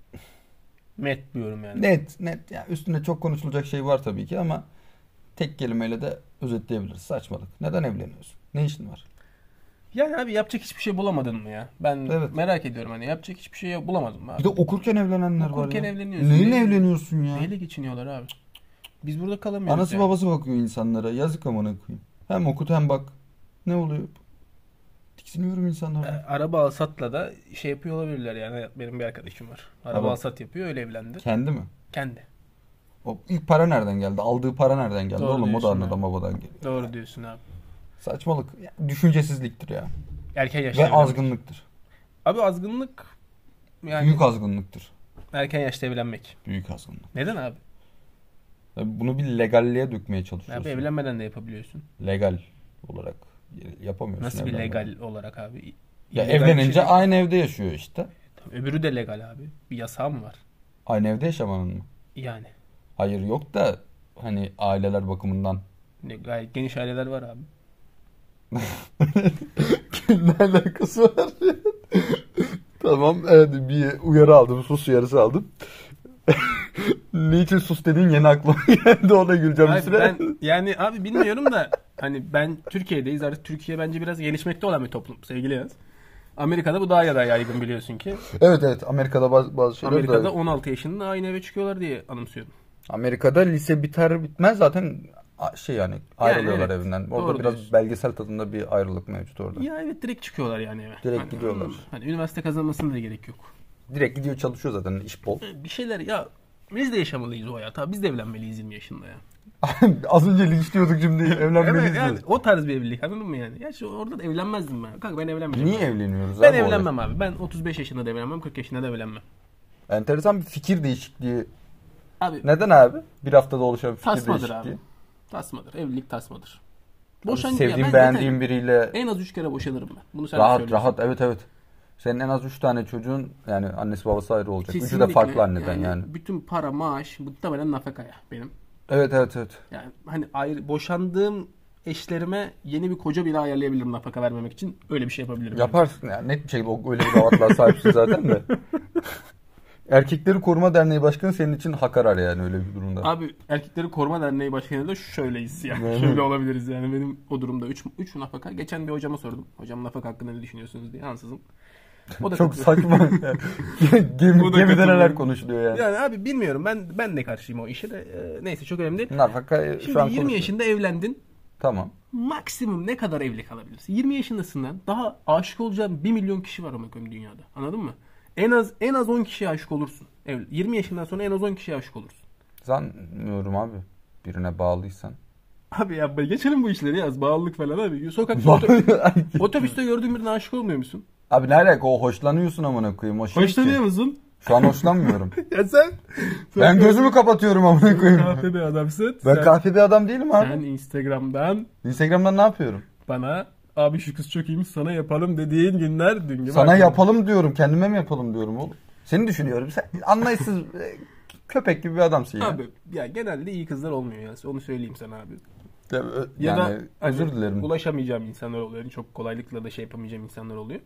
S1: Met diyorum yani.
S2: Net, net. Ya üstünde çok konuşulacak şey var tabii ki ama tek kelimeyle de özetleyebiliriz. Saçmalık. Neden evleniyorsun? Ne işin var?
S1: Yani abi yapacak hiçbir şey bulamadın mı ya? Ben
S2: Evet.
S1: merak ediyorum hani yapacak hiçbir şey bulamadım mı abi?
S2: Bir de okurken evlenenler var
S1: Okurken
S2: ya.
S1: evleniyorsun.
S2: Neyin
S1: Neyle-
S2: evleniyorsun ya?
S1: Neyle geçiniyorlar abi? Biz burada kalamıyoruz.
S2: Anası
S1: yani.
S2: babası bakıyor insanlara. Yazık amına koyayım. Hem okut hem bak. Ne oluyor? Tiksiniyorum
S1: E,
S2: insanlardan.
S1: Araba alsatla da şey yapıyor olabilirler yani benim bir arkadaşım var. Araba
S2: Tamam.
S1: alsat yapıyor öyle evlendi.
S2: Kendi mi?
S1: Kendi.
S2: O ilk para nereden geldi? Aldığı para nereden geldi?
S1: Doğru
S2: Oğlum o da
S1: diyorsun
S2: anadan babadan geliyor.
S1: Doğru diyorsun abi.
S2: Saçmalık. Ya, düşüncesizliktir ya.
S1: Erken yaşta
S2: Ve
S1: evlenmek.
S2: azgınlıktır.
S1: Abi azgınlık yani
S2: Büyük azgınlıktır.
S1: erken yaşta evlenmek.
S2: Büyük azgınlık.
S1: Neden abi?
S2: Tabii Bunu bir legalliğe dökmeye
S1: Abi
S2: çalışıyorsun.
S1: evlenmeden de yapabiliyorsun.
S2: Legal olarak y- yapamıyorsun.
S1: Nasıl bir
S2: evlenmeden.
S1: legal olarak abi? İ-
S2: Ya
S1: illegal bir
S2: evlenince
S1: şey değil.
S2: aynı evde yaşıyor işte.
S1: Tamam, Öbürü de legal abi. Bir yasağı mı var?
S2: Aynı evde yaşamanın mı?
S1: Yani.
S2: Hayır yok da hani aileler bakımından.
S1: Ne- Gayet geniş aileler var abi.
S2: ne alakası var? tamam evet bir uyarı aldım. Sus uyarısı *laughs* aldım. Niçin sus dediğin yeni aklıma *laughs* geldi ona güleceğim
S1: Abi ben yani abi bilmiyorum da *laughs* hani ben Türkiye'deyiz artık Türkiye bence biraz gelişmekte olan bir toplum sevgili Yaz. Amerika'da bu daha da yaygın biliyorsun ki.
S2: Evet evet Amerika'da bazı, bazı şeyler de-
S1: Amerika'da 16 yaşında aynı eve çıkıyorlar diye anımsıyorum.
S2: Amerika'da lise biter bitmez zaten a- şey yani ayrılıyorlar
S1: evet.
S2: evinden. Orada
S1: Doğru
S2: biraz
S1: diyorsun.
S2: belgesel tadında bir ayrılık mevcut orada.
S1: Ya evet direkt çıkıyorlar yani eve.
S2: Direkt
S1: Hani-
S2: gidiyorlar.
S1: Hani üniversite kazanmasına da gerek yok.
S2: Direkt gidiyor çalışıyor zaten iş bol. *laughs*
S1: Bir şeyler ya biz de yaşamalıyız o hayatı. abi. Biz de evlenmeliyiz 20 yaşında ya.
S2: Az önce linçliyorduk şimdi evlenmeliyiz
S1: Evet yani
S2: diyoruz.
S1: o tarz bir evlilik anladın mı yani? Ya şu- orada da evlenmezdim ben. Kanka ben evlenmeyeceğim.
S2: Niye evleniyoruz
S1: Ben
S2: abi orada?
S1: evlenmem abi. Ben 35 yaşında da evlenmem, 40 yaşında da evlenmem.
S2: Enteresan bir fikir değişikliği.
S1: Abi
S2: Neden abi? Bir haftada oluşan fikir
S1: Tasmadır
S2: değişikliği.
S1: abi. Tasmadır. Evlilik tasmadır.
S2: Boşan
S1: Boşan
S2: Sevdiğim
S1: ya ben
S2: beğendiğim
S1: zaten
S2: biriyle
S1: en az 3 kere boşanırım ben. Bunu sen de
S2: rahat
S1: söylüyorsun.
S2: rahat evet evet. Senin en az 3 tane çocuğun yani annesi babası ayrı olacak. Üçü de farklı anneden yani.
S1: Bütün para, maaş, muhtemelen nafakaya benim.
S2: Evet evet evet.
S1: Yani hani ayrı, boşandığım eşlerime yeni bir koca bile ayarlayabilirim nafaka vermemek için. Öyle bir şey yapabilirim. yani.
S2: Yaparsın yani net bir şekilde o- öyle bir rahatlığa sahipsin zaten
S1: *laughs*
S2: de. Erkekleri Koruma Derneği Başkanı senin için hak arar yani öyle bir durumda.
S1: Abi Erkekleri Koruma Derneği Başkanı da şöyleyiz yani.
S2: Yani.
S1: Şöyle olabiliriz yani. Benim o durumda 3 3 nafaka. Geçen bir hocama sordum. Hocam nafaka hakkında ne düşünüyorsunuz diye. Ansızın. O da
S2: Çok
S1: katılıyor. *laughs*
S2: saçma. Gemi,
S1: Bu da
S2: gemide
S1: katılıyor.
S2: neler konuşuluyor yani.
S1: Yani abi bilmiyorum ben ben de karşıyım o işe de Ee, neyse çok önemli değil.
S2: Nafaka e,
S1: Şimdi
S2: şu an
S1: 20
S2: konuşuyor.
S1: yaşında evlendin.
S2: Tamam.
S1: Maksimum ne kadar evli kalabilirsin? 20 yaşındasın lan. Daha aşık olacağın 1 milyon kişi var ama koyayım dünyada. Anladın mı? En az en az 10 kişiye aşık olursun. Evli. 20 yaşından sonra en az 10 kişiye aşık olursun.
S2: Sanmıyorum abi.
S1: *laughs*
S2: Birine bağlıysan.
S1: Abi ya geçelim bu işleri yaz. Bağlılık falan abi. Sokakta
S2: *laughs*
S1: otobüs-
S2: Ay,
S1: otobüste gördüğün birine aşık olmuyor musun?
S2: abi ne alaka o hoşlanıyorsun amına koyayım. O şey
S1: Hoşlanıyor
S2: ki.
S1: musun?
S2: Şu
S1: *laughs*
S2: an hoşlanmıyorum.
S1: Ya sen. *laughs*
S2: ben gözümü kapatıyorum amına koyayım.
S1: kahve bir adamsın.
S2: Ben
S1: sen,
S2: kahpe bir adam değilim abi.
S1: sen Instagram'dan
S2: Instagram'dan ne yapıyorum?
S1: bana abi şu kız çok iyiymiş sana yapalım dediğin günler dün gibi.
S2: Sana
S1: aklımda.
S2: yapalım diyorum. Kendime mi yapalım diyorum oğlum. Seni düşünüyorum. Sen anlayışsız e, köpek gibi bir adamsın ya.
S1: Abi ya genelde iyi kızlar olmuyor ya. Onu söyleyeyim sana abi.
S2: Ya, e,
S1: Ya
S2: yani
S1: da hani
S2: özür dilerim.
S1: Ulaşamayacağım insanlar oluyor. Yani Çok kolaylıkla da şey yapamayacağım insanlar oluyor.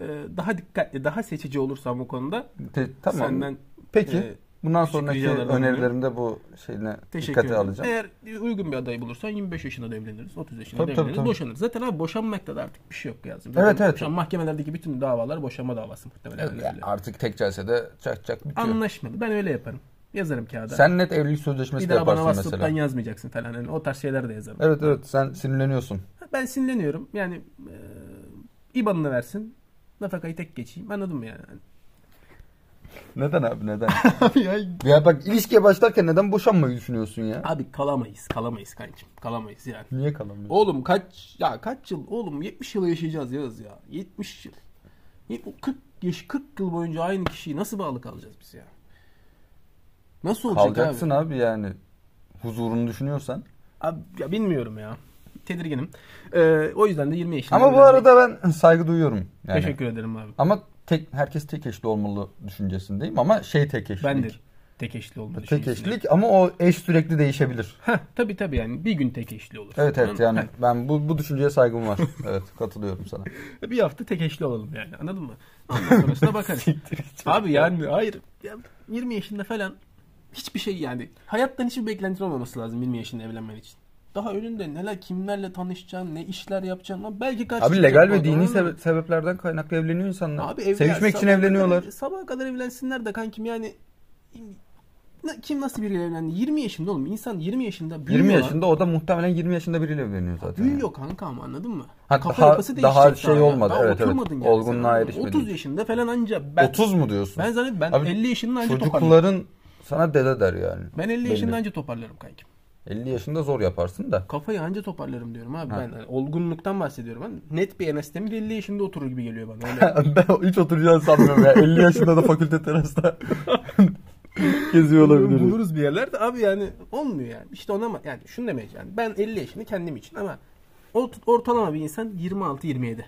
S1: Ee, daha dikkatli, daha seçici olursam bu konuda
S2: Te- tamam.
S1: senden
S2: Peki.
S1: e,
S2: Bundan
S1: küçük
S2: sonraki
S1: ricalardan
S2: önerilerimde bu şeyine
S1: teşekkür
S2: dikkate
S1: ederim. E,
S2: alacağım.
S1: Eğer uygun bir aday bulursan 25 yaşında da evleniriz. 30 yaşında
S2: Tabii,
S1: da
S2: tabii,
S1: evleniriz.
S2: tabii.
S1: Boşanırız. Zaten abi boşanmakta da artık bir şey yok yazdım.
S2: Evet, evet.
S1: Şu an mahkemelerdeki bütün davalar boşanma davası muhtemelen.
S2: Evet,
S1: öyle.
S2: yani artık tek celsede çak çak bitiyor.
S1: Anlaşmalı. Ben öyle yaparım. Yazarım kağıda.
S2: Sen net evlilik sözleşmesi
S1: bir
S2: de
S1: daha bana
S2: yaparsın
S1: WhatsApp'tan
S2: mesela.
S1: yazmayacaksın falan. Yani o tarz şeyler de yazarım.
S2: Evet evet sen sinirleniyorsun.
S1: Ben sinirleniyorum. Yani e, eee IBAN'ını versin. Nafakayı tek geçeyim. Anladın mı yani?
S2: Neden abi *laughs* neden?
S1: Abi ya.
S2: ya bak ilişkiye başlarken neden boşanmayı düşünüyorsun ya?
S1: Abi kalamayız. Kalamayız kankim. Kalamayız yani.
S2: Niye kalamıyorsun?
S1: Oğlum kaç ya kaç yıl oğlum 70 yıl yaşayacağız yaz ya. 70 yıl. Yet- 40 yaş 40 yıl boyunca aynı kişiyi nasıl bağlı kalacağız biz ya? Nasıl olacak
S2: Kalacaksın
S1: abi?
S2: abi yani. Huzurunu düşünüyorsan.
S1: Abi ya bilmiyorum ya. Tedirginim. Ee, o yüzden de 20 yaşında.
S2: Ama bu arada ben saygı duyuyorum. Yani.
S1: teşekkür ederim abi.
S2: Ama tek herkes tek eşli olmalı düşüncesindeyim ama şey tek eşlik.
S1: Ben de şey tek eşli olduğunu
S2: Tek eşlik ama o eş sürekli değişebilir.
S1: Heh, tabii tabii yani bir gün tek eşli olur.
S2: Evet evet
S1: Anladın mı?
S2: yani ben bu, bu düşünceye saygım
S1: *laughs*
S2: var. evet katılıyorum sana.
S1: Heh, Bir hafta tek eşli olalım yani anladın mı? Ondan
S2: *laughs*
S1: sonrasına bakarız. Abi yani hayır. Ya 20 yaşında falan hiçbir şey yani. Hayattan hiçbir beklenti olmaması lazım 20 yaşında evlenmen için. Daha önünde neler kimlerle tanışacaksın, ne işler yapacaksın lan belki kaç
S2: Abi
S1: çocuk
S2: legal
S1: var,
S2: ve dini
S1: anladın mı?
S2: sebe- sebeplerden kaynaklı evleniyor insanlar.
S1: Abi evlen-
S2: Sevişmek için
S1: sabaha kadar-
S2: evleniyorlar.
S1: Sabaha kadar evlensinler de kankim yani ne- kim nasıl biriyle evlendi? 20 yaşında oğlum. İnsan 20 yaşında büyüyor.
S2: 20
S1: lan.
S2: yaşında o da muhtemelen 20 yaşında biriyle evleniyor zaten.
S1: Büyüyor kanka ama anladın mı?
S2: Ha,
S1: Kafa
S2: daha-
S1: yapısı değişecek
S2: daha şey olmadı,
S1: Daha
S2: evet, evet.
S1: oturmadın yani.
S2: Olgunluğa
S1: sen, anladın mı?
S2: erişmedin.
S1: 30 yaşında falan anca ben
S2: 30 mu diyorsun?
S1: ben zannediyorum ben
S2: Abi,
S1: 50 yaşında anca toparlarım.
S2: Çocukların sana dede der yani.
S1: Ben 50
S2: Belli.
S1: yaşında anca toparlarım kankim.
S2: 50 yaşında zor yaparsın da.
S1: Kafayı anca toparlarım diyorum abi. Ben hani olgunluktan bahsediyorum. Ben net bir enestemi 50 yaşında oturur gibi geliyor bana.
S2: *laughs*
S1: Öyle.
S2: ben hiç oturacağını sanmıyorum ya. 50 yaşında da fakülte terasta *laughs* geziyor olabiliriz.
S1: Buluruz bir yerlerde. Abi yani olmuyor yani. İşte ona ama- yani şunu demeye yani ben 50 yaşında kendim için ama ort- ortalama bir insan 26-27.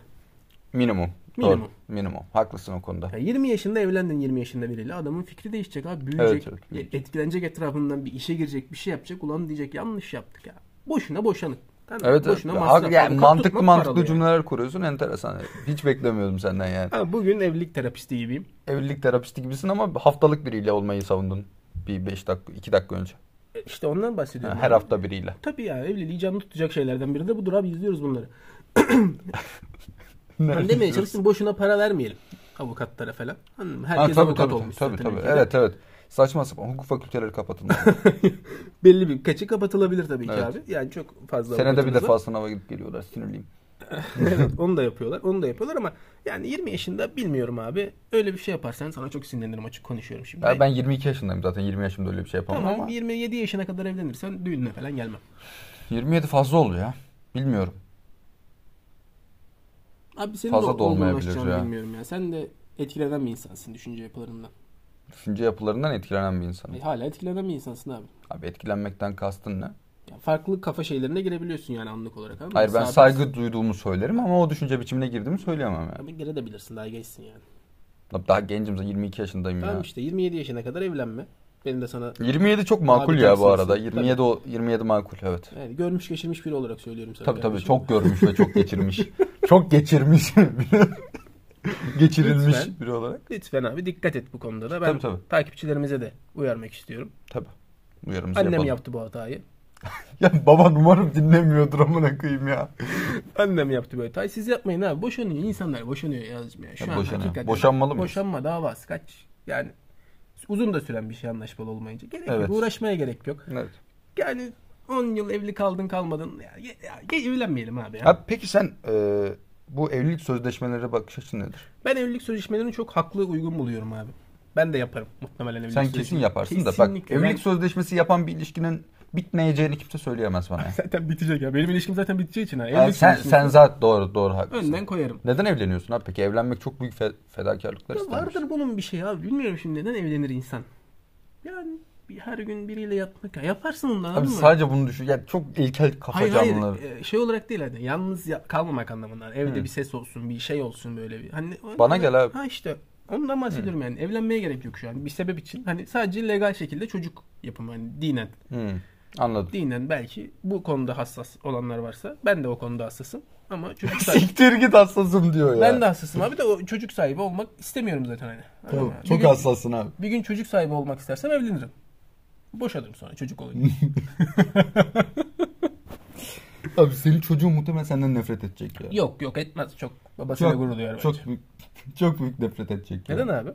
S2: Minimum.
S1: Minimum.
S2: Doğru. Minimum. Haklısın o konuda.
S1: Ya 20 yaşında evlendin 20 yaşında biriyle. Adamın fikri değişecek abi.
S2: Evet,
S1: Büyüyecek. e,
S2: evet, büyüyecek.
S1: Etkilenecek etrafından bir işe girecek bir şey yapacak. Ulan diyecek yanlış yaptık ya. Boşuna boşanın. Tamam,
S2: Evet, evet.
S1: boşuna
S2: Ha,
S1: masraf.
S2: yani
S1: Abi,
S2: mantıklı
S1: tutmak
S2: mantıklı
S1: paralı yani.
S2: cümleler kuruyorsun. Enteresan. Hiç beklemiyordum senden yani.
S1: Ha, bugün evlilik terapisti gibiyim.
S2: Evlilik terapisti gibisin ama haftalık biriyle olmayı savundun. Bir 5 dakika, 2 dakika önce.
S1: E, İşte ondan bahsediyorum.
S2: Ha, her
S1: abi.
S2: hafta biriyle.
S1: Tabii ya evliliği canlı tutacak şeylerden biri de budur abi izliyoruz
S2: *laughs*
S1: bunları. Ben demeye çalıştım boşuna para vermeyelim avukatlara falan. Anladın mı?
S2: Ha,
S1: Herkes
S2: tabii,
S1: avukat
S2: tabii,
S1: olmuş.
S2: tabii,
S1: zaten
S2: tabii.
S1: ülkede.
S2: Evet evet. Saçma sapan hukuk fakülteleri kapatılmalı.
S1: *laughs* Belli bir kaçı kapatılabilir tabii ki
S2: Evet.
S1: abi. Yani çok fazla
S2: Senede bir
S1: avukatımız var.
S2: defa sınava gidip geliyorlar sinirliyim. *laughs*
S1: evet, onu da yapıyorlar. Onu da yapıyorlar ama yani 20 yaşında bilmiyorum abi. Öyle bir şey yaparsan sana çok sinirlenirim açık konuşuyorum şimdi.
S2: Ya ben 22 yaşındayım zaten 20 yaşımda öyle bir şey yapamam
S1: tamam
S2: ama
S1: 27 yaşına kadar evlenirsen düğününe falan gelmem.
S2: 27 fazla oldu ya. Bilmiyorum.
S1: Abi senin
S2: Fazla
S1: de
S2: da olmayabilir
S1: olgunlaşacağını
S2: ya.
S1: bilmiyorum ya. Sen de etkilenen bir insansın düşünce yapılarından.
S2: Düşünce yapılarından etkilenen bir insanım.
S1: E, hala etkilenen bir insansın abi.
S2: Abi etkilenmekten kastın ne?
S1: Ya farklı kafa şeylerine girebiliyorsun yani anlık olarak. anladın mı?
S2: Hayır ben
S1: Sabit-
S2: saygı duyduğumu söylerim ama o düşünce biçimine girdiğimi söyleyemem yani.
S1: Abi gire de bilirsin daha gençsin yani.
S2: Lan Daha gencim zaten 22 yaşındayım
S1: Tamam
S2: ya.
S1: işte 27 yaşına kadar evlenme. Benim de sana
S2: 27 çok makul
S1: Abi
S2: ya bu
S1: tersi
S2: arada.
S1: olsun.
S2: 27 o 27 makul evet.
S1: yani görmüş geçirmiş biri olarak söylüyorum sana.
S2: Tabii tabii
S1: kardeşim.
S2: çok görmüş ve
S1: *laughs*
S2: çok geçirmiş. çok geçirmiş. *laughs* Geçirilmiş
S1: Lütfen.
S2: biri olarak.
S1: Lütfen abi dikkat et bu konuda da. Ben
S2: Tabii, tabii.
S1: takipçilerimize de uyarmak istiyorum.
S2: Tabii. Uyarımızı
S1: Annem
S2: yapalım.
S1: yaptı bu hatayı.
S2: Ya baban umarım dinlemiyordur amına koyayım ya.
S1: Annem yaptı bu hatayı. Siz yapmayın abi. Boşanıyor. insanlar boşanıyor yazmıyor. Şu
S2: Ya
S1: an
S2: boşanıyor.
S1: hakikaten
S2: Boşanmalı mıyız?
S1: Boşanma davası kaç? Yani uzun da süren bir şey anlaşmalı olmayınca. Gerek
S2: Evet.
S1: yok. Uğraşmaya gerek yok.
S2: Evet.
S1: Yani 10 yıl evli kaldın kalmadın. Ya, ya, ya evlenmeyelim abi ya.
S2: Abi peki sen e, bu evlilik sözleşmelerine bakış açın nedir?
S1: Ben evlilik sözleşmelerini çok haklı uygun buluyorum abi. Ben de yaparım muhtemelen evlilik
S2: Sen kesin
S1: sözleşmesi.
S2: yaparsın da bak
S1: Kesinlikle.
S2: evlilik
S1: Ben-
S2: sözleşmesi yapan bir ilişkinin bitmeyeceğini kimse söyleyemez bana.
S1: Zaten bitecek ya. Benim ilişkim zaten biteceği için. ha.
S2: Yani
S1: Evlilik
S2: sen
S1: sözleşmesi-
S2: sen zaten doğru doğru haklısın.
S1: Önden koyarım.
S2: Neden evleniyorsun abi peki? Evlenmek çok büyük fe- fedakarlıklar
S1: Ya
S2: ister.
S1: vardır bunun bir şey abi. Bilmiyorum şimdi neden evlenir insan. Yani bir, her gün biriyle yatmak. Ya yaparsın onu anladın
S2: Abi
S1: mı?
S2: sadece bunu düşün. Ya çok ilkel kafa
S1: hayır
S2: canlıları.
S1: hayır. e, Şey olarak değil hani. Yalnız ya- kalmamak anlamında. Evde bir ses olsun, bir şey olsun böyle bir. Hani
S2: Bana gel abi.
S1: Ha işte ondan bahsediyorum yani. Evlenmeye gerek yok şu an. Bir sebep için. Hani sadece legal şekilde çocuk yapımı hani dinen.
S2: Hı, Hmm, anladım.
S1: Dinen belki bu konuda hassas olanlar varsa ben de o konuda hassasım. Ama çocuk
S2: *laughs*
S1: sahibi
S2: Siktir git hassasım diyor ya.
S1: ben de hassasım abi de o çocuk sahibi olmak istemiyorum zaten hani. Anladın
S2: Tamam,
S1: mı? Bir
S2: çok
S1: gün-
S2: hassassın abi.
S1: Bir gün çocuk sahibi olmak istersem evlenirim. Boşadım sonra çocuk olunca.
S2: *laughs* Abi senin çocuğun muhtemelen senden nefret edecek ya.
S1: yok yok etmez çok. Babasıyla
S2: Çok, *laughs*
S1: gurur duyar bence.
S2: çok, büyük, çok büyük nefret edecek. ya.
S1: Neden abi?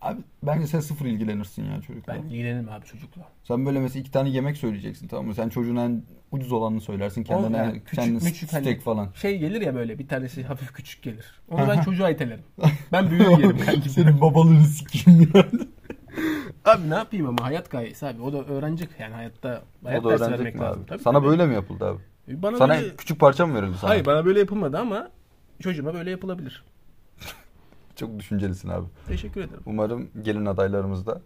S2: Abi bence sen sıfır ilgilenirsin ya çocukla.
S1: Ben ilgilenirim abi çocukla.
S2: Sen böyle mesela iki tane yemek söyleyeceksin tamam mı? Sen çocuğuna en ucuz olanını söylersin. Kendine
S1: yani küçük
S2: kendine
S1: müçük hani-
S2: steak
S1: *laughs*
S2: falan.
S1: Şey gelir ya böyle bir tanesi hafif küçük gelir. Onu ben çocuğa itelerim. Ben büyüğü
S2: *laughs*
S1: yerim kanki.
S2: Senin babalığını sikeyim ya.
S1: Abi ne yapayım ama hayat gayesi abi. O da öğrenecek yani hayatta. Hayat
S2: O da
S1: dersi
S2: öğrenecek
S1: vermek
S2: mi
S1: lazım.
S2: abi?
S1: Tabii,
S2: Sana
S1: tabii.
S2: böyle mi yapıldı abi?
S1: Bana
S2: Sana
S1: böyle-
S2: küçük parça mı verildi sana?
S1: Hayır bana böyle yapılmadı ama çocuğuma böyle yapılabilir.
S2: Çok düşüncelisin abi.
S1: Teşekkür ederim.
S2: Umarım gelin adaylarımız da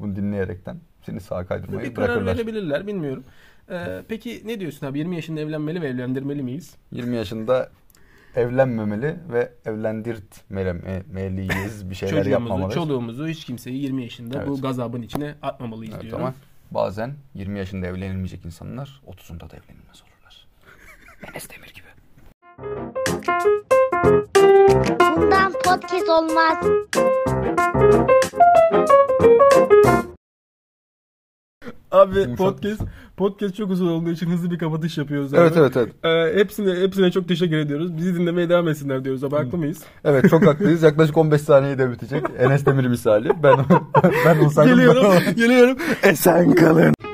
S2: bunu dinleyerekten seni sağa kaydırmayı
S1: bir karar
S2: bırakırlar.
S1: verebilirler bilmiyorum. Ee, peki ne diyorsun abi 20 yaşında evlenmeli ve evlendirmeli miyiz?
S2: 20 yaşında evlenmemeli ve evlendirtmemeliyiz. Bir şeyler
S1: Çocuğumuzu,
S2: yapmamalıyız.
S1: çoluğumuzu hiç kimseyi 20 yaşında bu
S2: Evet.
S1: gazabın içine atmamalıyız
S2: Evet,
S1: diyorum.
S2: ama bazen 20 yaşında evlenilmeyecek insanlar 30'unda da evlenilmez olurlar. Enes Demir gibi.
S3: Bundan podcast olmaz.
S1: Abi
S2: Yumuşak
S1: podcast podcast çok uzun olduğu için hızlı bir kapatış yapıyoruz abi.
S2: Evet evet evet.
S1: Ee, hepsine hepsine çok teşekkür ediyoruz. Bizi dinlemeye devam etsinler diyoruz abi
S2: Hmm.
S1: haklı mıyız?
S2: Evet çok haklıyız. Yaklaşık 15 saniyede bitecek. Enes Demir misali. *laughs* Ben ben olsaydım. *laughs*
S1: Geliyorum. geliyorum.
S2: Esen kalın.